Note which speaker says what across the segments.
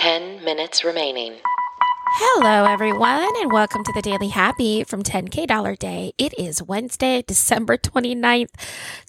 Speaker 1: 10 minutes remaining.
Speaker 2: Hello, everyone, and welcome to the Daily Happy from 10K Dollar Day. It is Wednesday, December 29th,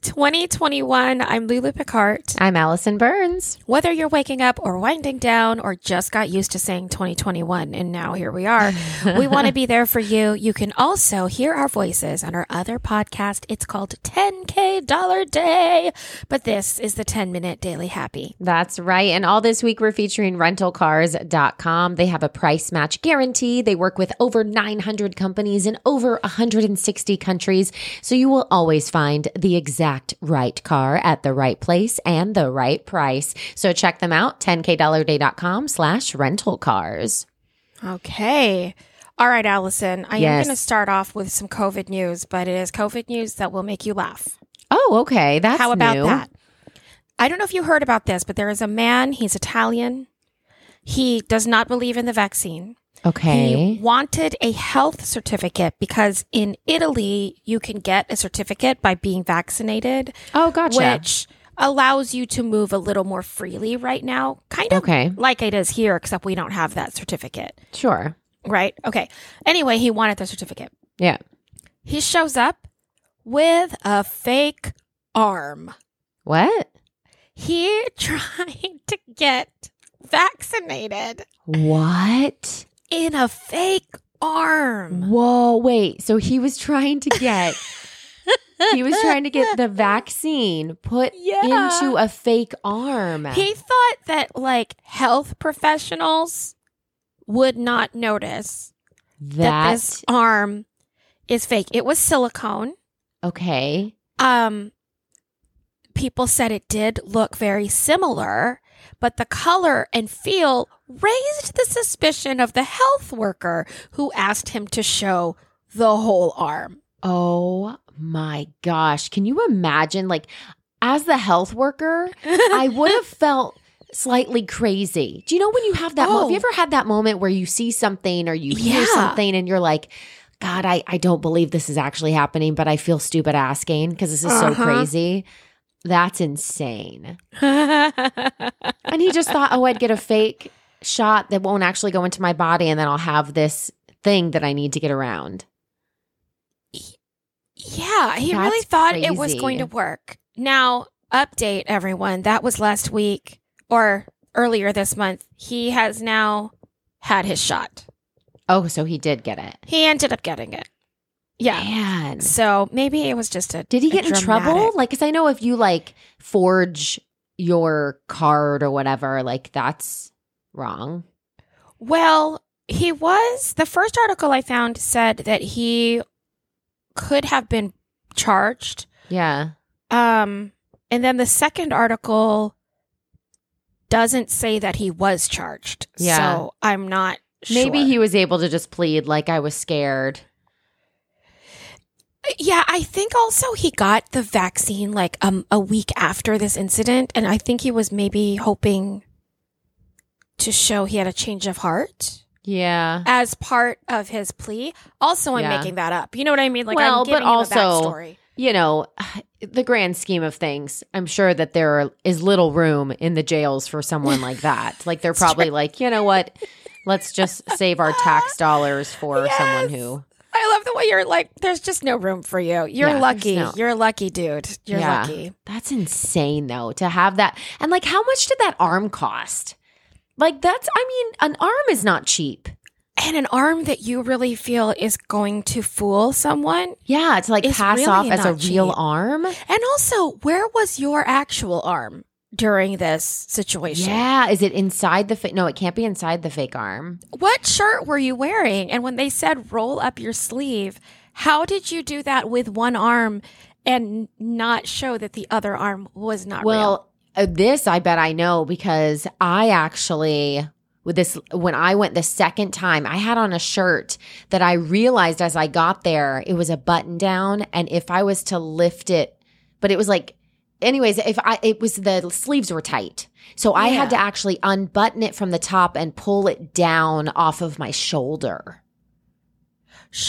Speaker 2: 2021. I'm Lulu Picard.
Speaker 3: I'm Allison Burns.
Speaker 2: Whether you're waking up or winding down or just got used to saying 2021 and now here we are, we want to be there for you. You can also hear our voices on our other podcast. It's called 10K Dollar Day, but this is the 10 minute Daily Happy.
Speaker 3: That's right. And all this week we're featuring rentalcars.com. They have a price match guarantee. They work with over 900 companies in over 160 countries. So you will always find the exact right car at the right place and the right price. So check them out, 10kdollarday.com slash rental cars.
Speaker 2: Okay. All right, Allison, I am
Speaker 3: Yes.
Speaker 2: going to start off with some COVID news, but it is COVID news that will make you laugh.
Speaker 3: Oh, okay. That's
Speaker 2: How about
Speaker 3: new.
Speaker 2: that? I don't know if you heard about this, but there is a man, he's Italian. He does not believe in the vaccine.
Speaker 3: Okay.
Speaker 2: He wanted a health certificate because in Italy, you can get a certificate by being vaccinated,
Speaker 3: oh, gotcha.
Speaker 2: which allows you to move a little more freely right now, kind of
Speaker 3: Okay.
Speaker 2: like it is here, except we don't have that certificate,
Speaker 3: sure.
Speaker 2: right? Okay. Anyway, he wanted the certificate.
Speaker 3: Yeah.
Speaker 2: He shows up with a fake arm.
Speaker 3: What?
Speaker 2: He tried to get vaccinated
Speaker 3: What?
Speaker 2: in a fake arm.
Speaker 3: Whoa, wait. So he was trying to get he was trying to get the vaccine put
Speaker 2: Yeah.
Speaker 3: into a fake arm.
Speaker 2: He thought that like health professionals would not notice that
Speaker 3: that
Speaker 2: this arm is fake. It was silicone.
Speaker 3: okay.
Speaker 2: Um people said it did look very similar, but the color and feel raised the suspicion of the health worker who asked him to show the whole arm.
Speaker 3: Oh my gosh. Can you imagine like as the health worker, I would have felt slightly crazy. Do you know when you have that mo- have you
Speaker 2: Oh.
Speaker 3: ever had that moment where you see something or you hear
Speaker 2: Yeah.
Speaker 3: something and you're like God, I, I don't believe this is actually happening, but I feel stupid asking because this is so
Speaker 2: Uh-huh.
Speaker 3: crazy. That's insane. And he just thought, oh, I'd get a fake shot that won't actually go into my body, and then I'll have this thing that I need to get around.
Speaker 2: Yeah, he
Speaker 3: That's
Speaker 2: really thought it was
Speaker 3: crazy.
Speaker 2: going to work. Now, update everyone. That was last week or earlier this month. He has now had his shot.
Speaker 3: Oh, so he did get it.
Speaker 2: He ended up getting it. Yeah.
Speaker 3: Man.
Speaker 2: So maybe it was just a.
Speaker 3: Did he
Speaker 2: a
Speaker 3: get in trouble?
Speaker 2: dramatic-
Speaker 3: Like, because I know if you like forge your card or whatever, like that's wrong.
Speaker 2: Well, he was. The first article I found said that he could have been charged.
Speaker 3: Yeah.
Speaker 2: Um, and then the second article doesn't say that he was charged.
Speaker 3: Yeah.
Speaker 2: So I'm not
Speaker 3: Maybe
Speaker 2: sure.
Speaker 3: he was able to just plead, like, I was scared.
Speaker 2: Uh, Yeah, I think also he got the vaccine like um a week after this incident and I think he was maybe hoping to show he had a change of heart
Speaker 3: Yeah.
Speaker 2: as part of his plea. Also, I'm
Speaker 3: Yeah.
Speaker 2: making that up. You know what I mean? Like
Speaker 3: Well,
Speaker 2: I'm
Speaker 3: but
Speaker 2: giving him
Speaker 3: also-
Speaker 2: a backstory.
Speaker 3: you know, the grand scheme of things, I'm sure that there are, is little room in the jails for someone like that. Like they're probably like, you know what? Let's just save our tax dollars for someone
Speaker 2: Yes.
Speaker 3: who.
Speaker 2: I love the way you're like there's just no room for you. You're
Speaker 3: Yeah,
Speaker 2: lucky.
Speaker 3: there's no-
Speaker 2: You're lucky, dude. You're
Speaker 3: Yeah.
Speaker 2: lucky.
Speaker 3: That's insane though to have that. And like how much did that arm cost? Like that's I mean, an arm is not cheap.
Speaker 2: And an arm that you really feel is going to fool someone.
Speaker 3: Yeah, to like
Speaker 2: It's
Speaker 3: pass
Speaker 2: really
Speaker 3: off as a
Speaker 2: not cheap.
Speaker 3: real arm.
Speaker 2: And also, where was your actual arm during this situation?
Speaker 3: Yeah, is it inside the fake? No, it can't be inside the fake arm.
Speaker 2: What shirt were you wearing? And when they said roll up your sleeve, how did you do that with one arm and not show that the other arm was not real?
Speaker 3: Well, uh, this I bet I know because I actually with this when I went the second time, I had on a shirt that I realized as I got there it was a button down, and if I was to lift it, but it was like, anyways, if I it was the sleeves were tight, so I had to
Speaker 2: Yeah.
Speaker 3: actually unbutton it from the top and pull it down off of my shoulder.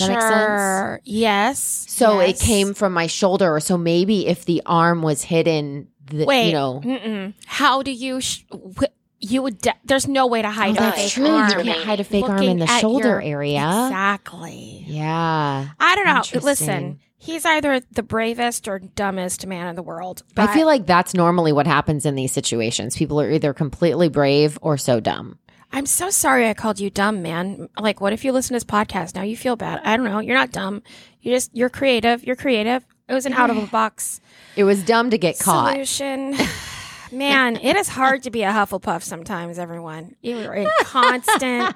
Speaker 3: that make sense?
Speaker 2: sure. Yes.
Speaker 3: So
Speaker 2: yes.
Speaker 3: it came from my shoulder. So maybe if the arm was hidden, the,
Speaker 2: Wait.
Speaker 3: you know,
Speaker 2: Mm-mm. How do you? Sh- wh- you would. De- there's no way to hide. a
Speaker 3: Oh, that's
Speaker 2: fake
Speaker 3: true. You
Speaker 2: Arm.
Speaker 3: can't hide a fake arm
Speaker 2: Looking
Speaker 3: in the
Speaker 2: at
Speaker 3: shoulder
Speaker 2: your-
Speaker 3: area.
Speaker 2: Exactly.
Speaker 3: Yeah.
Speaker 2: I don't know.
Speaker 3: Interesting.
Speaker 2: Listen, he's either the bravest or dumbest man in the world.
Speaker 3: I feel like that's normally what happens in these situations. People are either completely brave or so dumb.
Speaker 2: I'm so sorry I called you dumb, man. Like, what if you listen to this podcast now? You feel bad. I don't know. You're not dumb. You just you're creative. You're creative. It was an out of the box
Speaker 3: It was dumb to get caught.
Speaker 2: solution. Man, it is hard to be a Hufflepuff sometimes. Everyone, you are in constant,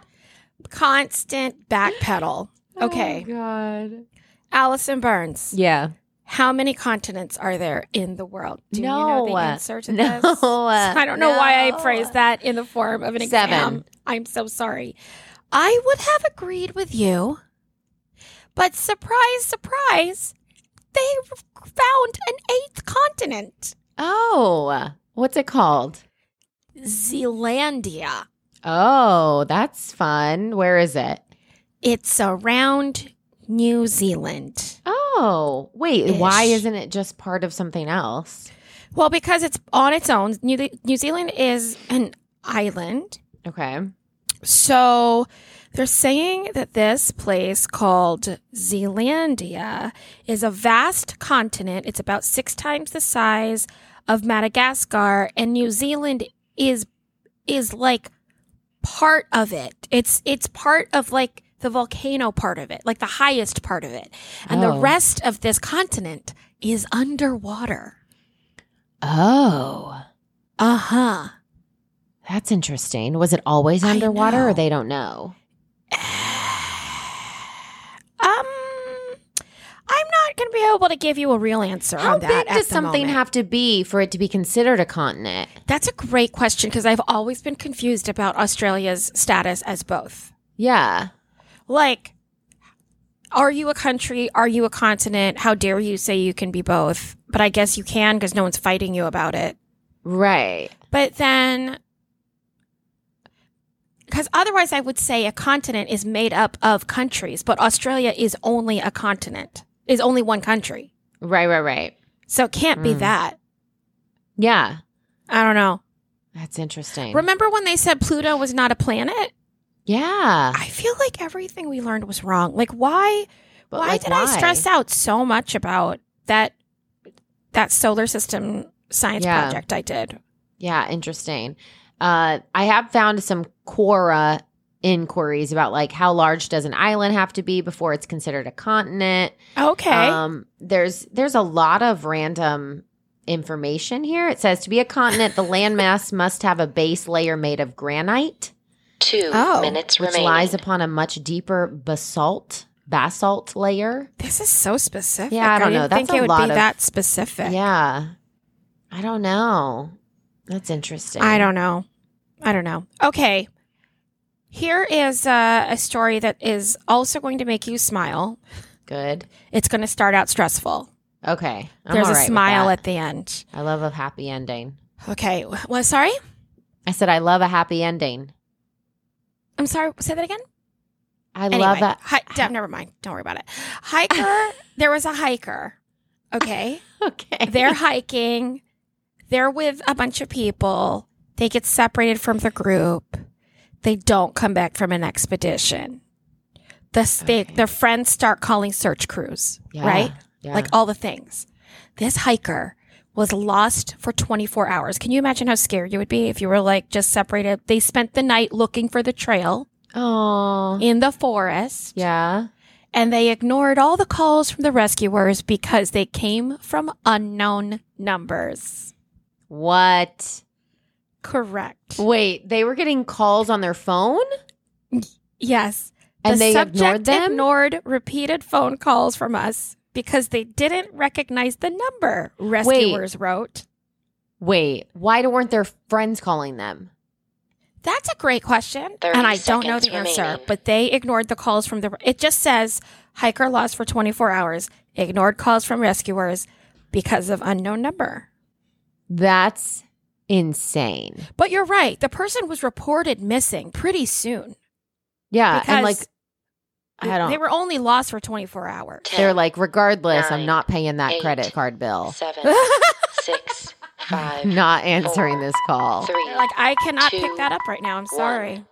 Speaker 2: constant backpedal. Okay,
Speaker 3: God.
Speaker 2: Allison Burns.
Speaker 3: Oh. Yeah.
Speaker 2: How many continents are there in the world? Do you know
Speaker 3: No.
Speaker 2: the answer to
Speaker 3: No.
Speaker 2: this? I don't know why I
Speaker 3: No.
Speaker 2: phrased that in the form of an exam.
Speaker 3: Seven.
Speaker 2: I'm so sorry. I would have agreed with you, but surprise, surprise, they found an eighth continent,
Speaker 3: Oh, what's it called?
Speaker 2: Zealandia.
Speaker 3: Oh, that's fun. Where is it?
Speaker 2: It's around New Zealand.
Speaker 3: Oh, wait. Why
Speaker 2: Ish.
Speaker 3: isn't it just part of something else?
Speaker 2: Well, because it's on its own. New, New Zealand is an island.
Speaker 3: Okay.
Speaker 2: So they're saying that this place called Zealandia is a vast continent. It's about six times the size of Madagascar, and New Zealand is is like part of it. It's it's part of like the volcano part of it, like the highest part of it. And
Speaker 3: Oh.
Speaker 2: the rest of this continent is underwater.
Speaker 3: Oh,
Speaker 2: Uh-huh.
Speaker 3: that's interesting. Was it always
Speaker 2: I
Speaker 3: underwater or
Speaker 2: know.
Speaker 3: they don't know?
Speaker 2: Um, I'm not going to be able to give you a real answer
Speaker 3: How
Speaker 2: on Oh, that.
Speaker 3: big
Speaker 2: at
Speaker 3: does
Speaker 2: the
Speaker 3: something
Speaker 2: moment.
Speaker 3: have to be for it to be considered a continent?
Speaker 2: That's a great question because I've always been confused about Australia's status as both.
Speaker 3: Yeah.
Speaker 2: Like, are you a country? Are you a continent? How dare you say you can be both? But I guess you can because no one's fighting you about it.
Speaker 3: Right.
Speaker 2: But then, because otherwise I would say a continent is made up of countries, but Australia is only a continent, is only one country.
Speaker 3: Right, right, right.
Speaker 2: So it can't be
Speaker 3: Mm.
Speaker 2: that.
Speaker 3: Yeah.
Speaker 2: I don't know.
Speaker 3: That's interesting.
Speaker 2: Remember when they said Pluto was not a planet?
Speaker 3: yeah.
Speaker 2: I feel like everything we learned was wrong. Like why
Speaker 3: But,
Speaker 2: why
Speaker 3: like,
Speaker 2: did I stress out so much about that that solar system science
Speaker 3: Yeah.
Speaker 2: project I did?
Speaker 3: Yeah, interesting. Uh, I have found some Quora inquiries about like how large does an island have to be before it's considered a continent.
Speaker 2: Okay.
Speaker 3: Um, there's there's a lot of random information here. It says to be a continent, the landmass must have a base layer made of granite,
Speaker 1: Two
Speaker 2: Oh.
Speaker 1: minutes
Speaker 3: which
Speaker 1: remaining.
Speaker 3: lies upon a much deeper basalt basalt layer.
Speaker 2: this is so specific.
Speaker 3: Yeah, I don't know.
Speaker 2: didn't
Speaker 3: That's
Speaker 2: think
Speaker 3: a
Speaker 2: it would
Speaker 3: lot
Speaker 2: be
Speaker 3: of-
Speaker 2: that specific.
Speaker 3: Yeah, I don't know. That's interesting.
Speaker 2: I don't know. I don't know. Okay. Here is uh, a story that is also going to make you smile.
Speaker 3: Good.
Speaker 2: It's going to start out stressful.
Speaker 3: Okay. I'm
Speaker 2: There's
Speaker 3: all right
Speaker 2: a
Speaker 3: with
Speaker 2: smile
Speaker 3: that.
Speaker 2: at the end.
Speaker 3: I love a happy ending.
Speaker 2: Okay. wh- Well, sorry.
Speaker 3: I said I love a happy ending.
Speaker 2: I'm sorry. Say that again.
Speaker 3: I love
Speaker 2: Anyway,
Speaker 3: that.
Speaker 2: hi- d- never mind. Don't worry about it. Hiker. there was a hiker. Okay.
Speaker 3: Okay.
Speaker 2: They're hiking. They're with a bunch of people. They get separated from the group. They don't come back from an expedition. The s- they-
Speaker 3: Okay.
Speaker 2: their friends start calling search crews.
Speaker 3: Yeah,
Speaker 2: Right.
Speaker 3: yeah.
Speaker 2: Like all the things. This hiker was lost for 24 hours. Can you imagine how scared you would be if you were like just separated? They spent the night looking for the trail
Speaker 3: Oh.
Speaker 2: in the forest
Speaker 3: Yeah.
Speaker 2: and they ignored all the calls from the rescuers because they came from unknown numbers.
Speaker 3: What?
Speaker 2: Correct.
Speaker 3: Wait, they were getting calls on their phone
Speaker 2: Yes.
Speaker 3: and
Speaker 2: the
Speaker 3: they
Speaker 2: subject
Speaker 3: ignored them?
Speaker 2: ignored repeated phone calls from us because they didn't recognize the number, rescuers wrote.
Speaker 3: Wait, why weren't their friends calling them?
Speaker 2: That's a great question.
Speaker 1: 30
Speaker 2: And I don't know
Speaker 1: seconds
Speaker 2: the answer,
Speaker 1: remaining.
Speaker 2: but they ignored the calls from the. It just says hiker lost for 24 hours, ignored calls from rescuers because of unknown number.
Speaker 3: That's insane.
Speaker 2: But you're right. The person was reported missing pretty soon.
Speaker 3: Yeah. and like,
Speaker 2: Because
Speaker 3: I don't.
Speaker 2: They were only lost for 24 hours.
Speaker 1: Ten,
Speaker 3: They're like, regardless, i I'm
Speaker 1: nine,
Speaker 3: not paying that
Speaker 1: eight,
Speaker 3: credit card bill.
Speaker 1: seven, six,
Speaker 2: Five.
Speaker 4: Not answering this call.
Speaker 2: Three.
Speaker 1: Like I cannot
Speaker 2: Two,
Speaker 1: pick that up right now. I'm
Speaker 2: one.
Speaker 1: sorry.